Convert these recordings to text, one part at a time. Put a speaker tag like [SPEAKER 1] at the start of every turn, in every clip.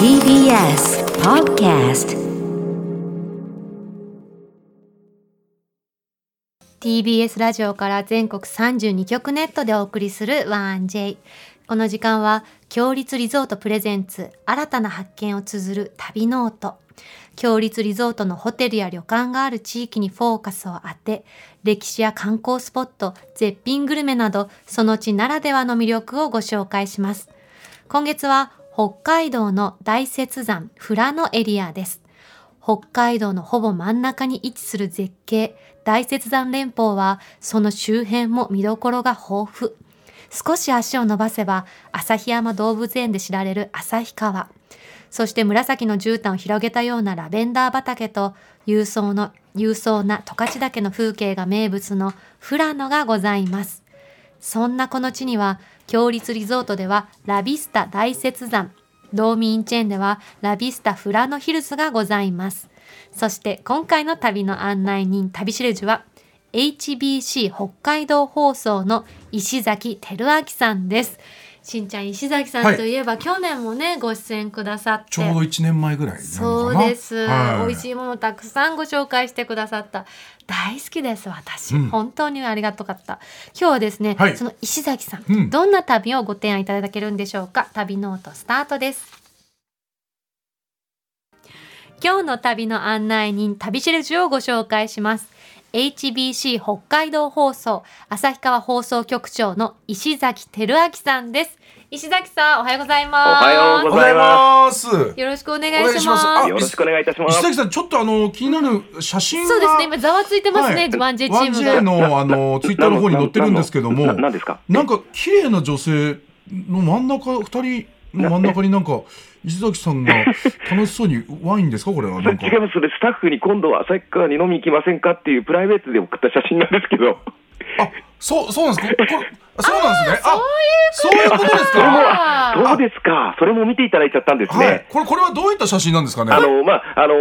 [SPEAKER 1] TBS Podcast
[SPEAKER 2] TBS ラジオから全国32局ネットでお送りする 1J この時間は強立リゾートプレゼンツ新たな発見を綴る旅ノート強立リゾートのホテルや旅館がある地域にフォーカスを当て歴史や観光スポット絶品グルメなどその地ならではの魅力をご紹介します今月は北海道の大雪山富良野エリアです北海道のほぼ真ん中に位置する絶景大雪山連峰はその周辺も見どころが豊富少し足を伸ばせば旭山動物園で知られる旭川そして紫の絨毯を広げたようなラベンダー畑と勇壮の勇壮な十勝岳の風景が名物の富良野がございますそんなこの地には、強立リゾートではラビスタ大雪山、道民チェーンではラビスタ富良野ヒルズがございます。そして今回の旅の案内人、旅しるじは、HBC 北海道放送の石崎輝明さんです。しんちゃん石崎さ
[SPEAKER 3] は
[SPEAKER 2] ん
[SPEAKER 3] い
[SPEAKER 2] といえば、去年もねご出演くださって
[SPEAKER 3] ちょうど1年前ぐらいなのかな
[SPEAKER 2] そうです、
[SPEAKER 3] はい、
[SPEAKER 2] 美味しいものたくさんご紹介してくださった大好きです私、
[SPEAKER 3] うん
[SPEAKER 2] 本当にありがとかった今日はですね、
[SPEAKER 3] はい
[SPEAKER 2] その石崎さん、
[SPEAKER 3] うん
[SPEAKER 2] どんな旅をご提案いただけるんでしょうか旅ノートスタートです今日の旅の案内人旅しるじをご紹介します HBC 北海道放送旭川放送局長の石崎輝明さんです石崎さんおはようございます
[SPEAKER 4] おはようござい
[SPEAKER 3] おはようございます
[SPEAKER 2] よろしくお願
[SPEAKER 3] お願
[SPEAKER 2] い
[SPEAKER 3] い
[SPEAKER 2] し
[SPEAKER 3] し
[SPEAKER 2] ま
[SPEAKER 3] ます
[SPEAKER 2] す
[SPEAKER 3] あ
[SPEAKER 4] よろしくお願いいたします
[SPEAKER 3] 石。崎さんちょっとあの気になる写真が
[SPEAKER 2] そうですね、今ざわついてますね、
[SPEAKER 3] はい
[SPEAKER 2] ワンジェチ
[SPEAKER 3] ワン
[SPEAKER 2] ー
[SPEAKER 3] ジ
[SPEAKER 2] ム
[SPEAKER 3] ェ
[SPEAKER 2] が。
[SPEAKER 3] のあのツイッターの方に載ってるんですけども
[SPEAKER 4] ななんですか。
[SPEAKER 3] なんか綺麗な女性の真ん中二人の真ん中になんか石崎さんが楽しそうにワインですかこれは
[SPEAKER 4] そ
[SPEAKER 3] な
[SPEAKER 4] れ
[SPEAKER 3] んか
[SPEAKER 4] 違います。それスタッフに今度は旭川に飲み行きませんかっていうプライベートで送った写真なんですけど、
[SPEAKER 3] あそうそうなんですかここれあそうなんですねあそういうことです
[SPEAKER 4] それも
[SPEAKER 3] か
[SPEAKER 2] あー
[SPEAKER 4] どうですか。それも見ていただいちゃったんですね。
[SPEAKER 3] はいこれこれはどういった写真なんですかね
[SPEAKER 4] あの、まあ、あの、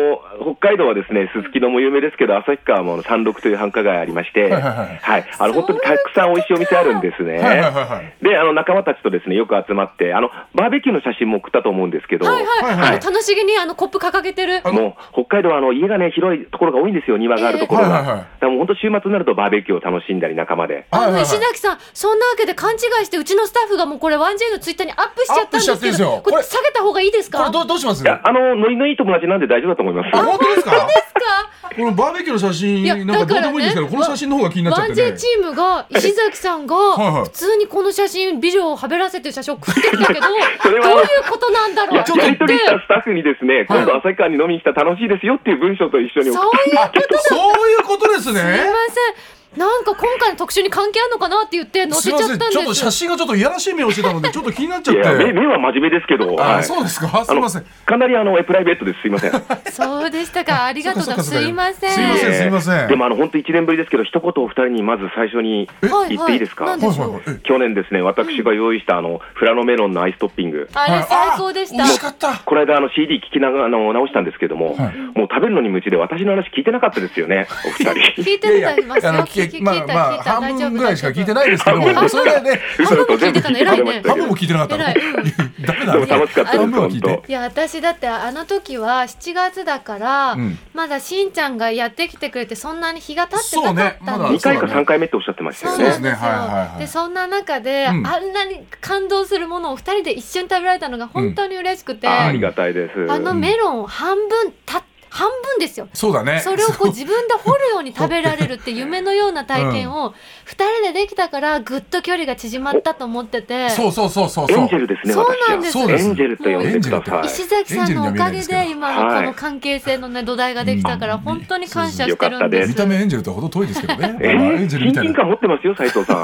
[SPEAKER 4] 北海道はですね、すすきのも有名ですけど、旭川もあの山麓という繁華街ありまして、
[SPEAKER 3] はいはいはい
[SPEAKER 4] はいあの、本当にたくさん美味しいお店あるんですね。
[SPEAKER 3] はいはいはいはい
[SPEAKER 4] で、あの、仲間たちとですね、よく集まって、あの、バーベキューの写真も送ったと思うんですけど、
[SPEAKER 2] はいはい、
[SPEAKER 3] はいはい
[SPEAKER 2] あの楽しげにあのコップ掲げてる。
[SPEAKER 3] あの
[SPEAKER 4] もう北海道はあの家がね、広いところが多いんですよ、庭があるところ
[SPEAKER 3] え
[SPEAKER 4] が。
[SPEAKER 3] えはいはいはい
[SPEAKER 4] だからもう本当、週末になるとバーベキューを楽しんだり、仲間で。
[SPEAKER 2] あ
[SPEAKER 3] はい
[SPEAKER 2] の
[SPEAKER 3] はいはい
[SPEAKER 2] 石崎さん、そんなわけで勘違いして、うちのスタッフがもうこれ、ワンジェイのツイッターにアップしちゃったんです
[SPEAKER 3] ア
[SPEAKER 2] け
[SPEAKER 3] ップしちゃってるんです
[SPEAKER 2] ど、
[SPEAKER 3] よ
[SPEAKER 2] こ
[SPEAKER 3] こ
[SPEAKER 2] れ、
[SPEAKER 3] れ
[SPEAKER 2] 下げた方がいいです
[SPEAKER 3] こ
[SPEAKER 2] か
[SPEAKER 3] れどうどうします
[SPEAKER 4] いや、あの、ノリのいい友達なんで大丈夫だと思います。
[SPEAKER 3] あ本当ですか
[SPEAKER 2] ですか
[SPEAKER 3] このバーベキューの写
[SPEAKER 2] いや
[SPEAKER 3] 真なんかどうでもいいんですけど、
[SPEAKER 2] だからね
[SPEAKER 3] この写真の方が気になっちゃ
[SPEAKER 2] ワ
[SPEAKER 3] っ
[SPEAKER 2] ン
[SPEAKER 3] て
[SPEAKER 2] ジェ
[SPEAKER 3] ね
[SPEAKER 2] イチームが、石崎さん
[SPEAKER 3] いは
[SPEAKER 2] が、
[SPEAKER 3] い
[SPEAKER 2] 普通にこの写真、ビデオをはべらせてる写真を送ってきた けど、ど
[SPEAKER 4] そ
[SPEAKER 2] い
[SPEAKER 4] うれ
[SPEAKER 2] う
[SPEAKER 4] は
[SPEAKER 2] ことなんだろう
[SPEAKER 3] や
[SPEAKER 2] って
[SPEAKER 3] ちょっと
[SPEAKER 4] や
[SPEAKER 2] 言
[SPEAKER 4] り
[SPEAKER 2] って
[SPEAKER 4] 取りしたスタッフにですね、今度、旭川に飲みに来たら楽しいですよっていう文章と一緒に送
[SPEAKER 2] そ
[SPEAKER 4] っ
[SPEAKER 2] ういうこと
[SPEAKER 3] そういうことです
[SPEAKER 2] すみま
[SPEAKER 3] ね。
[SPEAKER 2] せん。なんか今回の特集に関係あるのかなって言って載
[SPEAKER 3] す
[SPEAKER 2] せ
[SPEAKER 3] い
[SPEAKER 2] ちゃ
[SPEAKER 3] ま
[SPEAKER 2] ったん
[SPEAKER 3] せん、
[SPEAKER 2] です。
[SPEAKER 3] ちょっと写真がちょっといやらしい目をしてたので、ちょっと気になっちゃっ
[SPEAKER 4] いや、目
[SPEAKER 3] て。
[SPEAKER 4] 目は真面目ですけど、
[SPEAKER 3] あ
[SPEAKER 4] は
[SPEAKER 3] あ、
[SPEAKER 4] い
[SPEAKER 3] そうですか。す
[SPEAKER 4] あ
[SPEAKER 3] み
[SPEAKER 4] の
[SPEAKER 3] ません。
[SPEAKER 4] かなりあのえプライベートです、すいません。す
[SPEAKER 2] そうでしたか。ありがとうございます。
[SPEAKER 3] そ
[SPEAKER 2] す
[SPEAKER 3] っかそ
[SPEAKER 2] い
[SPEAKER 3] っか
[SPEAKER 2] ま
[SPEAKER 3] そっか
[SPEAKER 2] せん。
[SPEAKER 3] すいませんすいません
[SPEAKER 4] でも、あの本当、1年ぶりですけど、一言お二人にまず最初に
[SPEAKER 2] はい
[SPEAKER 4] 言っていいですか。
[SPEAKER 2] はいなんで
[SPEAKER 3] はい
[SPEAKER 2] しょ
[SPEAKER 3] は
[SPEAKER 2] う
[SPEAKER 3] いはいえ。
[SPEAKER 4] 去年ですね、私が用意したあのフラノメロンのアイストッピング。
[SPEAKER 2] あ
[SPEAKER 3] は
[SPEAKER 2] れ
[SPEAKER 3] い
[SPEAKER 2] 最高でし
[SPEAKER 3] あ
[SPEAKER 2] た
[SPEAKER 3] 美。味しかった。
[SPEAKER 4] この間あの CD 聞きながらあの直したんですけども、
[SPEAKER 3] はい
[SPEAKER 4] もう食べるのに夢中で私の話聞いてなかったですよね、お二
[SPEAKER 2] 聞
[SPEAKER 4] 人。
[SPEAKER 2] いてたりますよ。
[SPEAKER 3] あの、
[SPEAKER 2] 聞
[SPEAKER 3] 聞
[SPEAKER 2] い
[SPEAKER 3] け、
[SPEAKER 2] た
[SPEAKER 3] まあま
[SPEAKER 2] 聞い
[SPEAKER 3] あ、
[SPEAKER 2] た
[SPEAKER 3] 半
[SPEAKER 2] 大丈夫
[SPEAKER 3] 分ぐらいしか聞いて
[SPEAKER 2] い。
[SPEAKER 3] ないですけ
[SPEAKER 4] 半
[SPEAKER 3] ど、
[SPEAKER 4] 分
[SPEAKER 3] それでね、
[SPEAKER 4] 嘘だと
[SPEAKER 2] 半分も聞い
[SPEAKER 4] 全部
[SPEAKER 2] て
[SPEAKER 4] 聞
[SPEAKER 2] た
[SPEAKER 4] い
[SPEAKER 2] の偉
[SPEAKER 4] て食
[SPEAKER 2] いね
[SPEAKER 4] べまし
[SPEAKER 3] 半
[SPEAKER 4] たよ
[SPEAKER 3] 分も聞いてなかったの。
[SPEAKER 2] 偉い
[SPEAKER 3] ダメだ
[SPEAKER 4] でも楽しかったです、
[SPEAKER 3] 半分は聞い
[SPEAKER 4] 本
[SPEAKER 3] て
[SPEAKER 4] 当。
[SPEAKER 2] いや私だってあの時は7月だから、
[SPEAKER 3] うん
[SPEAKER 2] まだしんちゃんがやってきてくれてそんなに日が経って
[SPEAKER 3] そ
[SPEAKER 2] な
[SPEAKER 3] う
[SPEAKER 2] か
[SPEAKER 3] ね
[SPEAKER 2] った
[SPEAKER 3] まだ
[SPEAKER 2] んで
[SPEAKER 4] 2
[SPEAKER 2] すよ
[SPEAKER 4] 回か3回目っておっしゃってました
[SPEAKER 2] そ
[SPEAKER 4] よ
[SPEAKER 2] う
[SPEAKER 3] そうで
[SPEAKER 2] なんで
[SPEAKER 3] すね
[SPEAKER 4] ね。
[SPEAKER 2] すよ。
[SPEAKER 3] はいはいはい
[SPEAKER 2] でそんな中で、
[SPEAKER 3] うん
[SPEAKER 2] あんなに感動するものを二人で一緒に食べられたのが本当に嬉しくて、
[SPEAKER 4] あーあ
[SPEAKER 3] うん
[SPEAKER 4] りがたいです。
[SPEAKER 2] あのメロンを半分た半分ですよ。
[SPEAKER 3] そうだね。
[SPEAKER 2] それをこう自分で掘るように食べられるって夢のような体験を2人でできたからぐっと距離が縮まったと思ってて
[SPEAKER 3] そうそうそうそう
[SPEAKER 4] エ
[SPEAKER 3] そ
[SPEAKER 4] ン
[SPEAKER 3] う
[SPEAKER 4] ジェ。ルですね、
[SPEAKER 2] そう
[SPEAKER 4] 私
[SPEAKER 2] なんですよ
[SPEAKER 3] そう
[SPEAKER 4] は。
[SPEAKER 3] です
[SPEAKER 4] エンジェルと呼んでくだ
[SPEAKER 3] もうエン
[SPEAKER 2] 石
[SPEAKER 4] さ
[SPEAKER 2] 崎さんのおかげ
[SPEAKER 3] エン
[SPEAKER 2] で
[SPEAKER 3] ジェルには見えないですけど
[SPEAKER 2] 今のこ
[SPEAKER 4] は
[SPEAKER 2] の
[SPEAKER 4] い
[SPEAKER 2] 関係性のね土台ができたから
[SPEAKER 3] うん
[SPEAKER 2] 本当に感謝してるんで
[SPEAKER 4] よ
[SPEAKER 2] す。
[SPEAKER 3] 見た目エンジェルとはほど遠いですけどね。
[SPEAKER 4] い。え
[SPEAKER 3] まあエン
[SPEAKER 4] ー、
[SPEAKER 3] ジェルみ
[SPEAKER 4] 親
[SPEAKER 3] たい
[SPEAKER 4] 近
[SPEAKER 3] な。
[SPEAKER 4] 感持ってますよ、斉藤さん。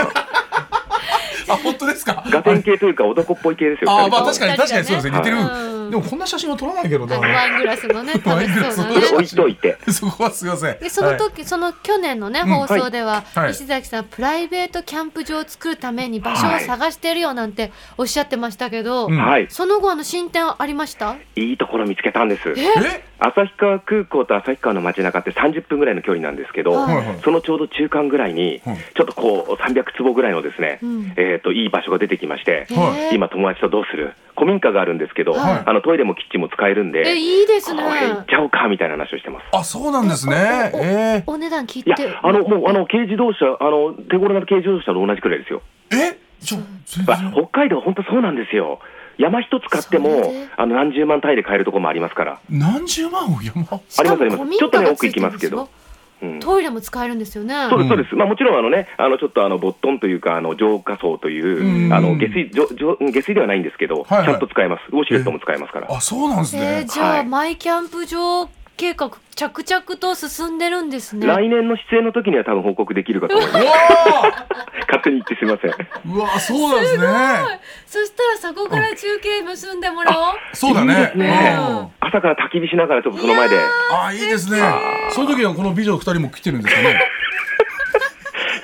[SPEAKER 3] あ、本当ですか。
[SPEAKER 4] ガテン系というか男っぽい系ですよ。
[SPEAKER 3] あ、
[SPEAKER 4] 二人
[SPEAKER 3] ま
[SPEAKER 4] と
[SPEAKER 3] あ、
[SPEAKER 4] も
[SPEAKER 3] 確かに、確かに、そうですね、似てる
[SPEAKER 2] うん。
[SPEAKER 3] でも、こんな写真は撮らないけど
[SPEAKER 2] あ
[SPEAKER 3] な
[SPEAKER 2] の。ワイングラスのね楽
[SPEAKER 3] ワイ
[SPEAKER 2] し
[SPEAKER 3] ングラス
[SPEAKER 2] そうな
[SPEAKER 3] の
[SPEAKER 2] ね
[SPEAKER 3] ね。
[SPEAKER 4] 置いといて。
[SPEAKER 3] そこはすいません。
[SPEAKER 2] でその
[SPEAKER 3] はい
[SPEAKER 2] 時、その去年のね
[SPEAKER 3] うん
[SPEAKER 2] 放送では、
[SPEAKER 3] はい
[SPEAKER 2] 石崎さんプライベートキャンプ場を作るために場所を探してるよなんておっしゃってましたけど、
[SPEAKER 3] うん
[SPEAKER 4] はい。
[SPEAKER 2] その後あの進展ありました
[SPEAKER 4] いいところ見つけたんです。
[SPEAKER 3] え
[SPEAKER 4] 旭川空港と旭川の街中って30分ぐらいの距離なんですけど、
[SPEAKER 2] はい
[SPEAKER 3] はいはい
[SPEAKER 4] そのちょうど中間ぐらいに、
[SPEAKER 3] はい
[SPEAKER 4] ちょっとこう300坪ぐらいのですね、
[SPEAKER 2] うん
[SPEAKER 4] えー、といい場所が出てきまして、
[SPEAKER 3] はい
[SPEAKER 2] えー
[SPEAKER 4] 今、友達とどうする、古民家があるんですけど、
[SPEAKER 3] はい
[SPEAKER 4] あのトイレもキッチンも使えるん
[SPEAKER 2] え、
[SPEAKER 4] で、
[SPEAKER 2] いいです
[SPEAKER 4] こ
[SPEAKER 2] ね。
[SPEAKER 4] れ行っちゃおうかみたいな話をしてます。
[SPEAKER 3] あ、そうなんですね。ええ
[SPEAKER 2] お値段聞い
[SPEAKER 4] い
[SPEAKER 2] て
[SPEAKER 4] や。、あの、もう、あの、軽自動車、あの、手頃な軽自動車と同じくらいですよ。
[SPEAKER 3] えちょ、全
[SPEAKER 4] あ
[SPEAKER 3] 然。
[SPEAKER 4] 北海道、本当そうなんですよ。山一つ買って
[SPEAKER 2] そ
[SPEAKER 4] も
[SPEAKER 2] れで、
[SPEAKER 4] あの、何十万単位で買えるところもありますから。
[SPEAKER 3] 何十万を山
[SPEAKER 2] しかも
[SPEAKER 4] ありますあります
[SPEAKER 2] 古民家
[SPEAKER 4] ちょっとね
[SPEAKER 2] がついてるんで
[SPEAKER 4] 奥行きますうん
[SPEAKER 2] トイレも使えるんですよね。
[SPEAKER 4] そう
[SPEAKER 3] う
[SPEAKER 4] です、そ
[SPEAKER 3] ん
[SPEAKER 4] うです。まあもちろんあのね、あのちょっとあの、ボットンというか、あの、浄化槽というう、
[SPEAKER 3] ん
[SPEAKER 4] あの、下水、じょじょ下水ではないんですけど、
[SPEAKER 3] はいはい
[SPEAKER 4] ちゃんと使えます。ウォシュレットも使えますから。
[SPEAKER 3] あ、そうなんです
[SPEAKER 2] えー
[SPEAKER 3] ね。
[SPEAKER 2] じゃあ、
[SPEAKER 4] はい
[SPEAKER 2] マイキャンプ場計画着々と進んでるんですね。
[SPEAKER 4] 来年の出演の時には多分報告できるかと思いま す。
[SPEAKER 3] うわ
[SPEAKER 4] 勝手に言ってすみません。
[SPEAKER 3] ーうわーそうなんですね。
[SPEAKER 2] そしたらそこから中継結んでもらおう。
[SPEAKER 3] そうだ
[SPEAKER 4] いい
[SPEAKER 3] ね
[SPEAKER 4] で。す
[SPEAKER 3] うん
[SPEAKER 4] ね朝から焚き火しながらちょっとその前で、
[SPEAKER 3] あ、いいですね。その時はこの美女二人も来てるんですかね。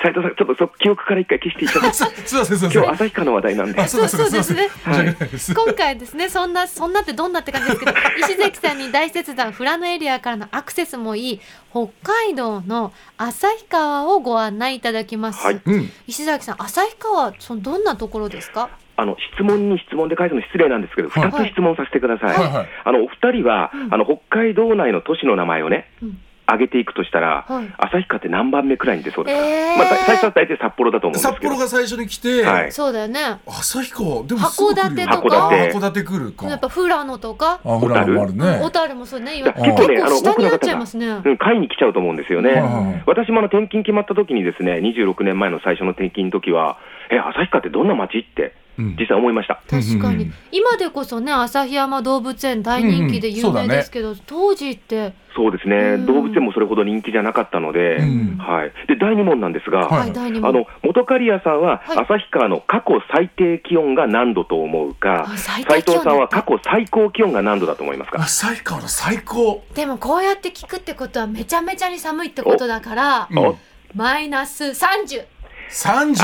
[SPEAKER 4] 斉藤さん、ちょっとそ記憶から一回消していただいて、
[SPEAKER 3] すすいません、すいませ
[SPEAKER 4] 今
[SPEAKER 3] ん
[SPEAKER 4] 日。旭川の話題なんで
[SPEAKER 3] あ、。そうだそうだ
[SPEAKER 2] そうですね
[SPEAKER 3] すいません申し訳ないです。
[SPEAKER 2] 今回ですねそんなそんなってどんなって感じですけど 石関さんに大雪山富良野エリアからのアクセスもいい北海道の旭川をご案内いただきます、
[SPEAKER 4] はい
[SPEAKER 3] うん。
[SPEAKER 2] 石崎さん旭川そのどんなところですか
[SPEAKER 4] あの質問に質問で返すの失礼なんですけど、
[SPEAKER 3] はい
[SPEAKER 4] 2つ質問させてください。
[SPEAKER 3] はいはい
[SPEAKER 4] あのお二人は、
[SPEAKER 2] うん
[SPEAKER 4] あの北海道内の都市の名前をね、
[SPEAKER 2] うん
[SPEAKER 4] 挙げていくとしたら、
[SPEAKER 2] はい
[SPEAKER 4] 旭川って何番目くらいに出そうですか、
[SPEAKER 2] えー
[SPEAKER 4] まあ、最初は大体札幌だと思うんです
[SPEAKER 3] 札
[SPEAKER 4] けど
[SPEAKER 3] 幌、が最初に来て、
[SPEAKER 4] はい
[SPEAKER 2] そうだよねや
[SPEAKER 3] 旭川、でもすぐ来る
[SPEAKER 2] 函
[SPEAKER 3] よ
[SPEAKER 4] 館とか
[SPEAKER 3] 函館来るか。
[SPEAKER 2] っぱ富良野とか
[SPEAKER 3] あ、ほら、あ
[SPEAKER 4] 小樽
[SPEAKER 3] るね。
[SPEAKER 2] 小樽もそうね
[SPEAKER 4] だ
[SPEAKER 2] 結
[SPEAKER 4] から結構ね、あの
[SPEAKER 2] 構下
[SPEAKER 4] 多く
[SPEAKER 2] にな
[SPEAKER 4] の
[SPEAKER 2] っ
[SPEAKER 4] 方
[SPEAKER 2] ちゃい
[SPEAKER 4] が
[SPEAKER 2] ますね
[SPEAKER 4] うん、買いに来ちゃうと思うんですよね。
[SPEAKER 3] はいはいはい
[SPEAKER 4] 私もあの転勤決まった時にですね、26年前の最初の転勤の時は、え、旭川ってどんな街って、
[SPEAKER 3] うん
[SPEAKER 4] 実際思いました。
[SPEAKER 2] 確かに、
[SPEAKER 3] うんうんうん
[SPEAKER 2] 今でこそね旭山動物園大人気で有
[SPEAKER 3] うんうんそう
[SPEAKER 2] 名
[SPEAKER 3] だね
[SPEAKER 2] ですけど、当時って、
[SPEAKER 4] そうです
[SPEAKER 2] う
[SPEAKER 4] ね、
[SPEAKER 2] ん
[SPEAKER 4] 動物園もそれほど人気じゃなかったので、
[SPEAKER 3] うん
[SPEAKER 4] はい。で、第2問なんですが、
[SPEAKER 3] はい
[SPEAKER 2] はい、第二
[SPEAKER 4] あ
[SPEAKER 2] 問
[SPEAKER 4] の元刈谷さんは
[SPEAKER 2] はい
[SPEAKER 4] 旭川の過去最低気温が何度と思うか、
[SPEAKER 2] あ最低
[SPEAKER 4] 斉
[SPEAKER 2] 気
[SPEAKER 4] 藤
[SPEAKER 2] 温
[SPEAKER 4] さんは過去最高気温が何度だと思いますか
[SPEAKER 3] 旭川の最高。
[SPEAKER 2] でもこうやって聞くってことはめちゃめちゃに寒いってことだから
[SPEAKER 3] うん
[SPEAKER 4] お
[SPEAKER 2] マイナス30、
[SPEAKER 3] 三十？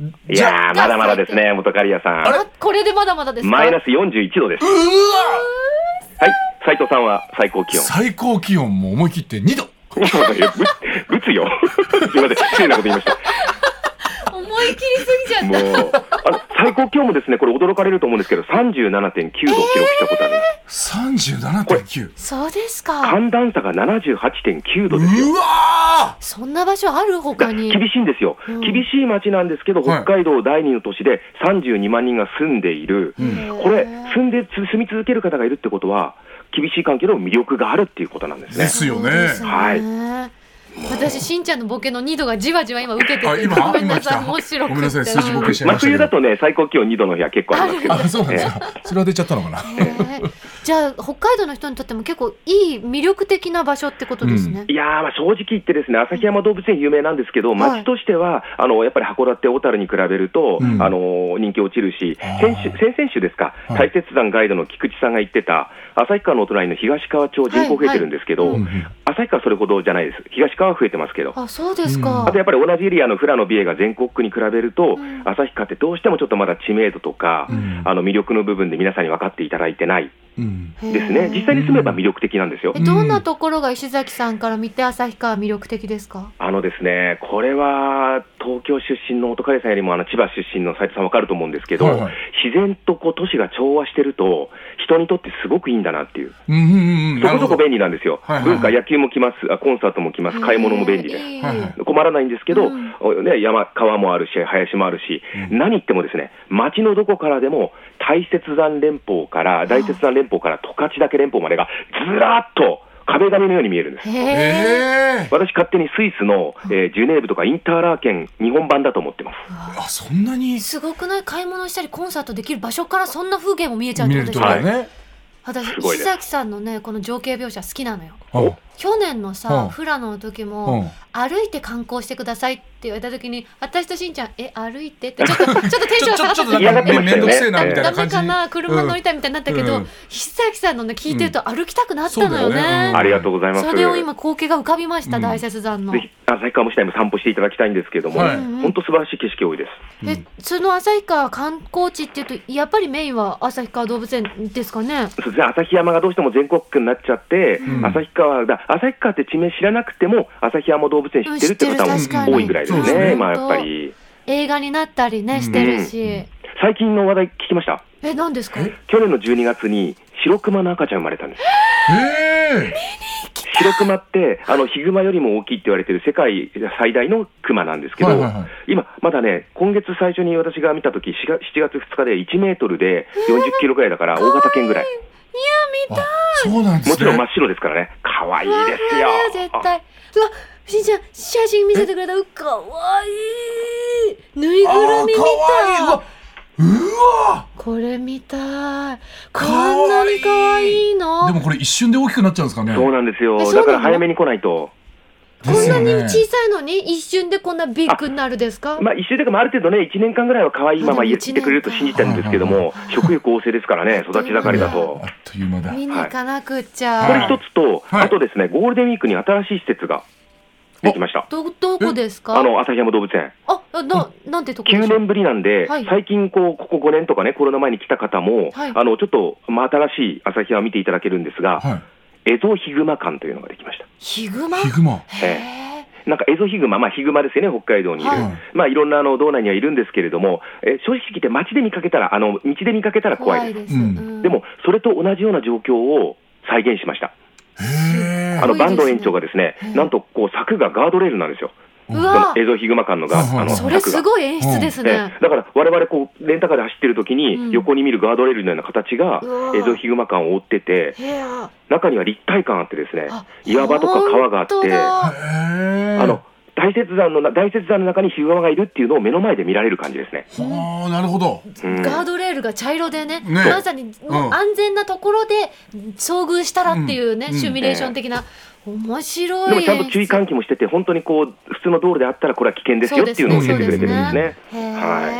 [SPEAKER 2] うん、
[SPEAKER 4] い
[SPEAKER 3] じゃ
[SPEAKER 4] やーまだまだですね元刈谷さん
[SPEAKER 2] あこれでまだまだですか
[SPEAKER 4] マイナス41度です
[SPEAKER 3] う
[SPEAKER 4] は
[SPEAKER 3] わ
[SPEAKER 4] い斉藤さんは最高気温
[SPEAKER 3] 最高気温も思い切って二度。
[SPEAKER 4] ぶぶつよすいません失礼なこと言いました
[SPEAKER 2] 思い切りすぎちゃっ
[SPEAKER 4] も
[SPEAKER 2] た
[SPEAKER 4] うあの最高気温もですねこれ驚かれると思うんですけど37.9度を記録したことあります、
[SPEAKER 3] 三十七点九。
[SPEAKER 2] そうですか
[SPEAKER 4] 寒暖差が78.9度ですよ
[SPEAKER 3] うわ
[SPEAKER 2] そんな場所ある他に
[SPEAKER 4] 厳しいんですよ、
[SPEAKER 2] うん
[SPEAKER 4] 厳しい町なんですけど、
[SPEAKER 3] はい
[SPEAKER 4] 北海道第二の都市で32万人が住んでいる、
[SPEAKER 3] うん
[SPEAKER 4] これ
[SPEAKER 2] へー、
[SPEAKER 4] 住んで、住み続ける方がいるってことは、厳しい環境でも魅力があるっていうことなんですね
[SPEAKER 3] で。すよ
[SPEAKER 2] そ
[SPEAKER 3] ね
[SPEAKER 2] うです
[SPEAKER 4] はい
[SPEAKER 2] 私しんちゃんのボケの2度がじわじわ今受けて
[SPEAKER 3] あ
[SPEAKER 2] て
[SPEAKER 3] 今
[SPEAKER 2] ごめんなさい
[SPEAKER 3] 今来た
[SPEAKER 2] 面白くて
[SPEAKER 3] ごめんなさい数字ボケしちゃい
[SPEAKER 4] 真
[SPEAKER 3] ましたけ
[SPEAKER 4] 冬
[SPEAKER 3] ど
[SPEAKER 4] だとね、最高気温2度の日は結構ありますけど
[SPEAKER 3] ー。あ、そうなんですか。それは出ちゃったのかな。
[SPEAKER 2] へーじゃあ北海道の人にとっても結構いい魅力的な場所ってことですね、
[SPEAKER 4] いやーまあ正直言ってですね、旭山動物園有名なんですけど、
[SPEAKER 2] い
[SPEAKER 4] 町としては、あの、やっぱり函館、小樽に比べると、
[SPEAKER 3] うん
[SPEAKER 4] あの、人気落ちるし、
[SPEAKER 3] あー
[SPEAKER 4] 先週、先々週ですか、
[SPEAKER 3] は
[SPEAKER 4] 大
[SPEAKER 3] い
[SPEAKER 4] 雪山ガイドの菊池さんが言ってた、旭川のお隣の東川町人口増えてるんですけど、
[SPEAKER 2] はいは
[SPEAKER 3] う
[SPEAKER 2] い
[SPEAKER 3] んうん
[SPEAKER 4] 旭川それほどじゃないです。東川は増えてますけど。
[SPEAKER 2] あそうですか、
[SPEAKER 3] うん
[SPEAKER 4] あとやっぱり同じエリアの富良野美瑛が全国区に比べると、
[SPEAKER 2] うん
[SPEAKER 4] 旭川ってどうしてもちょっとまだ知名度とか、
[SPEAKER 3] うん
[SPEAKER 4] あの魅力の部分で皆さんに分かっていただいてない
[SPEAKER 3] うん。
[SPEAKER 4] ですね、実際に住めば魅力的なんですよ
[SPEAKER 2] え
[SPEAKER 3] うん。
[SPEAKER 2] どんなところが石崎さんから見て旭川魅力的ですか、
[SPEAKER 4] あのですね、これは東京出身の乙彼さんよりもあの千葉出身の斉藤さん分かると思うんですけど、
[SPEAKER 3] はいはい
[SPEAKER 4] 自然とこう都市が調和してると、人にとってすごくいいんだなっていう、
[SPEAKER 3] うんうんうん。
[SPEAKER 4] そ
[SPEAKER 3] な
[SPEAKER 4] こ
[SPEAKER 3] る
[SPEAKER 4] そ
[SPEAKER 3] ほ
[SPEAKER 4] こ
[SPEAKER 3] ど。
[SPEAKER 4] 便利なんですよ、
[SPEAKER 3] はいはいはい
[SPEAKER 4] 文化、野球も来ますあ、コンサートも来ます、買い物も便利です。
[SPEAKER 2] へー
[SPEAKER 3] はいはい
[SPEAKER 4] 困らないんですけど、
[SPEAKER 2] うん
[SPEAKER 4] おね、山、川もあるし、林もあるし、
[SPEAKER 3] う
[SPEAKER 4] 何言ってもですね、町のどこからでも、大雪山連峰から、大雪山連峰から十勝岳連峰までが、ずらっと壁紙のように見えるんです。
[SPEAKER 2] へえ
[SPEAKER 3] ええ。
[SPEAKER 4] 私、勝手にスイスの、えージュネーブとかインターラーケン、日本版だと思ってます。
[SPEAKER 3] あ、そんなに
[SPEAKER 2] すごくない買い物したりコンサートできる場所からそんな風景も見えちゃうっ
[SPEAKER 3] 見
[SPEAKER 2] て
[SPEAKER 3] れ
[SPEAKER 2] こ
[SPEAKER 3] る
[SPEAKER 2] と
[SPEAKER 3] と
[SPEAKER 2] です
[SPEAKER 3] こ
[SPEAKER 2] よ
[SPEAKER 3] だ
[SPEAKER 2] ね
[SPEAKER 3] ね。
[SPEAKER 2] 私
[SPEAKER 4] すごい
[SPEAKER 2] 石
[SPEAKER 4] ね
[SPEAKER 2] 崎さんのねこの情景描写好きなのよ
[SPEAKER 3] あ
[SPEAKER 2] 去年のさ、
[SPEAKER 3] うん
[SPEAKER 2] フラノの時
[SPEAKER 3] う
[SPEAKER 2] も、
[SPEAKER 3] ん。
[SPEAKER 2] 歩いて観光してくださいって言われた時に私としんちゃんえ歩い てってちょっとちょっとテンション下がっ
[SPEAKER 3] ち
[SPEAKER 2] た
[SPEAKER 3] ょ
[SPEAKER 2] ん
[SPEAKER 3] っ
[SPEAKER 2] だ
[SPEAKER 3] と
[SPEAKER 2] け
[SPEAKER 4] 嫌
[SPEAKER 2] ど
[SPEAKER 4] が
[SPEAKER 3] なん
[SPEAKER 4] って
[SPEAKER 3] か面
[SPEAKER 4] ましたよね
[SPEAKER 3] 倒くせえなみたい
[SPEAKER 2] ダ
[SPEAKER 3] な
[SPEAKER 2] メ
[SPEAKER 3] 感じ。
[SPEAKER 2] かな車乗りたいみたいになったけど、
[SPEAKER 3] うん
[SPEAKER 2] 石崎さんのね聞いてると歩きたくなったのよ
[SPEAKER 3] そうだよね
[SPEAKER 2] ね
[SPEAKER 3] うん
[SPEAKER 4] ありがとうございます。
[SPEAKER 2] それを今光景が浮かびました、
[SPEAKER 3] うん
[SPEAKER 2] 大雪山の
[SPEAKER 4] ぜ。ひ、旭川も市内も散歩していただきたいんですけども、
[SPEAKER 3] はい
[SPEAKER 4] 本当素晴らしい景色多いです。
[SPEAKER 2] え、その旭川観光地っていうと、やっぱりメインは旭川動物園ですかね。
[SPEAKER 4] そうですね、旭山がどうしても全国区になっちゃって、
[SPEAKER 3] うん
[SPEAKER 4] 旭川だ、旭川って地名知らなくても、旭山動物園知ってるって方
[SPEAKER 2] うん
[SPEAKER 4] も
[SPEAKER 2] 知ってる確
[SPEAKER 3] かに
[SPEAKER 4] 多いぐらいです
[SPEAKER 3] そうです
[SPEAKER 4] ね、
[SPEAKER 3] ね
[SPEAKER 4] まあやっぱり。
[SPEAKER 2] 映画になったりね、してるし。
[SPEAKER 4] 最近の話題聞きました
[SPEAKER 2] え、何ですか
[SPEAKER 4] 去年の12月に白熊の赤ちゃん生まれたんです
[SPEAKER 3] え
[SPEAKER 4] 白熊ってあのヒグマよりも大きいって言われてる世界最大の熊なんですけ
[SPEAKER 3] え
[SPEAKER 4] ど、
[SPEAKER 3] はいはいはい。
[SPEAKER 4] 今、まだね、今月最初に私が見たとき、しが7月2日で1メートルで40キロぐらいだから、大型犬ぐらい、
[SPEAKER 3] あ、そうなんですね。
[SPEAKER 4] もちろん真っ白ですからね、可愛いですよ
[SPEAKER 2] わかる。絶対。うわ、しんちゃん、写真見せてくれた。うかわいい。ぬいぐるみみ
[SPEAKER 3] あー
[SPEAKER 2] たい。
[SPEAKER 3] 可愛いうわ
[SPEAKER 2] これ見たい。こ
[SPEAKER 3] かわい
[SPEAKER 2] ん
[SPEAKER 3] い
[SPEAKER 2] なにかわいいう
[SPEAKER 3] わ
[SPEAKER 2] の
[SPEAKER 3] でもこれ一瞬で大きくなっちゃうんですかね
[SPEAKER 4] そうなんです
[SPEAKER 2] え
[SPEAKER 4] よ、
[SPEAKER 2] そうなの
[SPEAKER 4] だから早めに来ないと、
[SPEAKER 2] こんなに
[SPEAKER 3] ですよ
[SPEAKER 2] 小
[SPEAKER 3] ね
[SPEAKER 2] さいのに一瞬でこんなビッグになるですか、
[SPEAKER 4] まあ、一週でか、まあある程度ね、1年間ぐらいは可愛いまま言ってくれると信じてるんですけども、食欲旺盛ですからね、育ち盛りだと
[SPEAKER 3] あ。っという間だ
[SPEAKER 2] 見に行かなくっちゃ。
[SPEAKER 4] こ
[SPEAKER 3] は
[SPEAKER 4] れ
[SPEAKER 3] い
[SPEAKER 4] 一つと、
[SPEAKER 3] はい
[SPEAKER 4] あとですね、ゴールデンウィークに新しい施設ができました。
[SPEAKER 2] ど、どこですか
[SPEAKER 4] あの、旭山動物園。
[SPEAKER 2] あ、あな、なんてとこでし
[SPEAKER 4] 9
[SPEAKER 2] ょう
[SPEAKER 4] 年ぶりなんで、
[SPEAKER 2] はい
[SPEAKER 4] 最近こう、ここ5年とかね、コロナ前に来た方も、
[SPEAKER 2] はい
[SPEAKER 4] あのちょっと、まあ、新しい朝日屋を見ていただけるんですが、
[SPEAKER 3] は
[SPEAKER 4] エゾヒグマ館というのができました。
[SPEAKER 2] ヒグマ
[SPEAKER 3] いヒグマ
[SPEAKER 2] へえ。
[SPEAKER 4] なんかエゾヒグマ、まあ、ヒグマですよね、北海道にいる、
[SPEAKER 2] はい
[SPEAKER 4] まあ、いろんなあの道内にはいるんですけれども、え正直言って、街で見かけたら、あの道で見かけたら怖いです。
[SPEAKER 2] です。
[SPEAKER 3] うん
[SPEAKER 2] うん
[SPEAKER 4] でも、それと同じような状況を再現しました。
[SPEAKER 3] へ
[SPEAKER 4] あの
[SPEAKER 2] すごいですね
[SPEAKER 4] バンド園長がですね、
[SPEAKER 2] うん
[SPEAKER 4] なんとこう柵がガードレールなんですよ、
[SPEAKER 2] う
[SPEAKER 4] この
[SPEAKER 2] わ、
[SPEAKER 4] エゾヒグマ館のが、
[SPEAKER 3] はいはい
[SPEAKER 4] あの
[SPEAKER 2] それ
[SPEAKER 4] 柵
[SPEAKER 2] す
[SPEAKER 4] が。
[SPEAKER 2] ごい演出です
[SPEAKER 4] え
[SPEAKER 2] ね
[SPEAKER 4] え。だから我々こうレンタカーで走ってる
[SPEAKER 2] う
[SPEAKER 4] 時
[SPEAKER 2] ん
[SPEAKER 4] に横に見るガードレールのような形が
[SPEAKER 2] うわ
[SPEAKER 4] エゾヒグマ館を覆ってて
[SPEAKER 2] へえあ
[SPEAKER 4] 中には立体感あってですね
[SPEAKER 2] あ
[SPEAKER 4] 岩場とか川があって
[SPEAKER 2] 本当だ
[SPEAKER 3] え
[SPEAKER 4] あの大雪山のな大雪山の中にヒグマがいるっていうのを目の前で見られる感じですね。
[SPEAKER 3] はあなるほど
[SPEAKER 4] うん
[SPEAKER 2] ガードレールが茶色でね、
[SPEAKER 3] ね
[SPEAKER 2] まさにもううん安全なところで遭遇したらっていうね、
[SPEAKER 3] うん
[SPEAKER 2] シミュレーション的な、面白い
[SPEAKER 4] でも
[SPEAKER 2] 演
[SPEAKER 4] ちゃんと注意喚起もしてて本当にこう普通の道路であったらこれは危険ですよっていうのを教えてくれてるんですね。
[SPEAKER 2] へえ、
[SPEAKER 4] う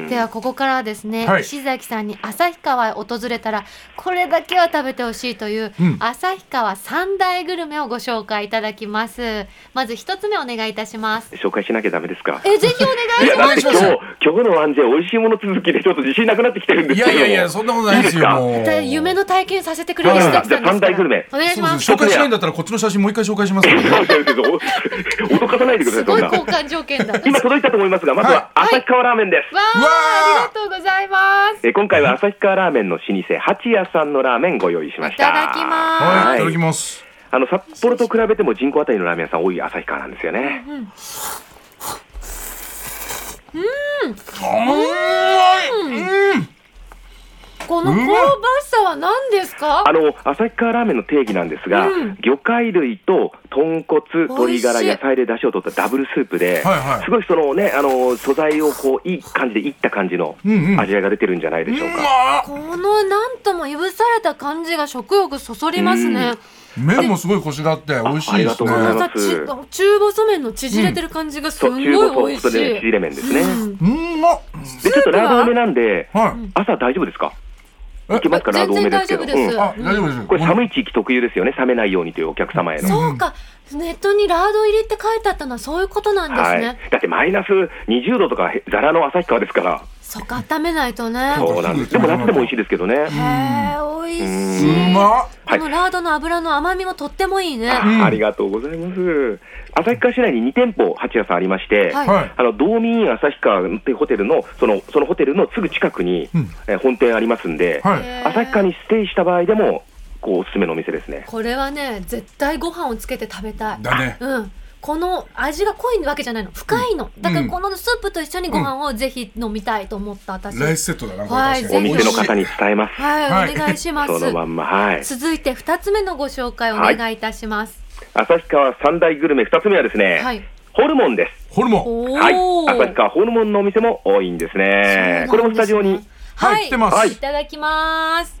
[SPEAKER 4] ん
[SPEAKER 2] ではここからはですね、
[SPEAKER 3] はい
[SPEAKER 2] 石崎さんに旭川へ訪れたらこれだけは食べてほしいという
[SPEAKER 3] うん
[SPEAKER 2] 旭、川三大グルメをご紹介いただきますまず一つ目お願いいたします
[SPEAKER 4] 紹介しなきゃダメですか。
[SPEAKER 2] えぜひお
[SPEAKER 4] い
[SPEAKER 2] 願い
[SPEAKER 4] や
[SPEAKER 2] し
[SPEAKER 4] だ
[SPEAKER 2] ま
[SPEAKER 4] っ
[SPEAKER 2] す
[SPEAKER 4] て今日今日のワンジェ美味しいもの続きでちょっと自信なくなってきてるんで
[SPEAKER 3] い
[SPEAKER 4] すけ
[SPEAKER 3] や
[SPEAKER 4] ども。
[SPEAKER 3] いやいやそんなことないですよ
[SPEAKER 4] いいですか
[SPEAKER 3] もう
[SPEAKER 2] 絶対夢の体験させてくれる石崎さんですから
[SPEAKER 4] じゃあ三大グルメ
[SPEAKER 2] お願いします
[SPEAKER 3] そうです紹介しないんだったらこっちの写真もう一回紹介しますからね
[SPEAKER 4] そうそうそう脅かさないでくだ
[SPEAKER 2] す
[SPEAKER 4] さい。そ
[SPEAKER 2] ご
[SPEAKER 4] ん
[SPEAKER 2] い
[SPEAKER 4] な
[SPEAKER 2] 交換条件だわー
[SPEAKER 4] 今届いたと思いますが、まずは
[SPEAKER 2] はい
[SPEAKER 4] 旭川ラーメンです。
[SPEAKER 2] ありがとうございます
[SPEAKER 4] えー今回は旭川ラーメンの老舗、八屋さんのラーメンご用意しました。
[SPEAKER 2] いただきます
[SPEAKER 3] はい、い、た
[SPEAKER 4] は
[SPEAKER 3] だき
[SPEAKER 4] い。
[SPEAKER 3] ます
[SPEAKER 4] あの、札幌と比べても人口あたりのラーメン屋さん多い旭川なんですよね。
[SPEAKER 3] うんうん
[SPEAKER 2] この香ばしさは何ですか
[SPEAKER 4] あの、旭川ラーメンの定義なんですが、
[SPEAKER 2] うん
[SPEAKER 4] 魚介類と豚骨、
[SPEAKER 2] 美味
[SPEAKER 4] 鶏
[SPEAKER 2] しい
[SPEAKER 4] ガラ、野菜で出汁を取ったダブルスープで、
[SPEAKER 3] はいはい
[SPEAKER 4] すごいそのね、あの、素材をこう、いい感じでいった感じの
[SPEAKER 3] うんうん
[SPEAKER 4] 味わいが出てるんじゃないでしょうか。
[SPEAKER 2] このなんともいぶされた感じが食欲そそりますね。
[SPEAKER 3] 麺もすごいコシがあって美味しい
[SPEAKER 4] あり
[SPEAKER 3] で
[SPEAKER 4] が
[SPEAKER 3] す
[SPEAKER 4] とう
[SPEAKER 3] ね
[SPEAKER 4] ござい
[SPEAKER 2] ま
[SPEAKER 4] ま
[SPEAKER 2] た
[SPEAKER 4] す
[SPEAKER 2] ち中細麺の縮れてる感じがす
[SPEAKER 4] そ
[SPEAKER 2] ん
[SPEAKER 4] う、
[SPEAKER 2] ご
[SPEAKER 4] 中国
[SPEAKER 2] い美味
[SPEAKER 4] ソース
[SPEAKER 2] し
[SPEAKER 4] で
[SPEAKER 2] い。
[SPEAKER 4] 縮れ麺ですね。
[SPEAKER 2] うん
[SPEAKER 3] うんまっ
[SPEAKER 4] で、ちょっとラード多めなんで、
[SPEAKER 3] はい
[SPEAKER 4] 朝大丈夫ですか
[SPEAKER 3] え
[SPEAKER 4] 行けますかラード多めですけど。
[SPEAKER 2] 全然大丈夫です
[SPEAKER 4] うん
[SPEAKER 3] あ大丈夫です
[SPEAKER 4] これ寒い地域特有ですよね。冷めないようにというお客様への。
[SPEAKER 2] そうか、ネットにラード入りって書いてあったのはそういうことなんです
[SPEAKER 4] はい
[SPEAKER 2] ね。。
[SPEAKER 4] だってマイナス20度とかへザラの旭川ですから。
[SPEAKER 2] そっか温めないとね。
[SPEAKER 4] そうなんです。でも夏でも美味しいですけどね。
[SPEAKER 2] へえ、美味し
[SPEAKER 3] う
[SPEAKER 2] い。
[SPEAKER 3] まっ
[SPEAKER 2] このラードの油の甘みもとってもいいね。
[SPEAKER 3] ん
[SPEAKER 4] ありがとうございます。旭川市内に2店舗、八谷さんありまして、
[SPEAKER 2] はい
[SPEAKER 3] はい
[SPEAKER 4] あの道民院旭川っていうホテルのその、そのホテルのすぐ近くに、
[SPEAKER 3] うん
[SPEAKER 4] えー本店ありますんで、
[SPEAKER 3] はい
[SPEAKER 2] へえ
[SPEAKER 4] 旭川にステイした場合でも、こうおすすめのお店ですね。
[SPEAKER 2] これはね、絶対ご飯をつけて食べたい。
[SPEAKER 3] だね
[SPEAKER 2] うん、この味が濃いわけじゃないの深いの、だからこのスープと一緒にご飯をぜひ飲みたいと思った私、
[SPEAKER 3] ライスセットだなこれ
[SPEAKER 2] はい
[SPEAKER 3] 確か
[SPEAKER 4] お
[SPEAKER 3] に
[SPEAKER 4] 店の方に伝えます。
[SPEAKER 2] はい、
[SPEAKER 3] はい
[SPEAKER 2] お願いします
[SPEAKER 4] そのまんま、はい。
[SPEAKER 2] 続いて二つ目のご紹介お願いいたします
[SPEAKER 4] 旭川三大グルメ2つ目はですね、
[SPEAKER 2] はい、
[SPEAKER 4] ホルモンです。
[SPEAKER 3] ホルモン
[SPEAKER 2] おお、
[SPEAKER 4] はい、旭川ホルモンのお店も多いんですね。これもスタジオに。
[SPEAKER 2] はい、
[SPEAKER 3] 入ってます
[SPEAKER 2] は、
[SPEAKER 3] はいい
[SPEAKER 2] いただきます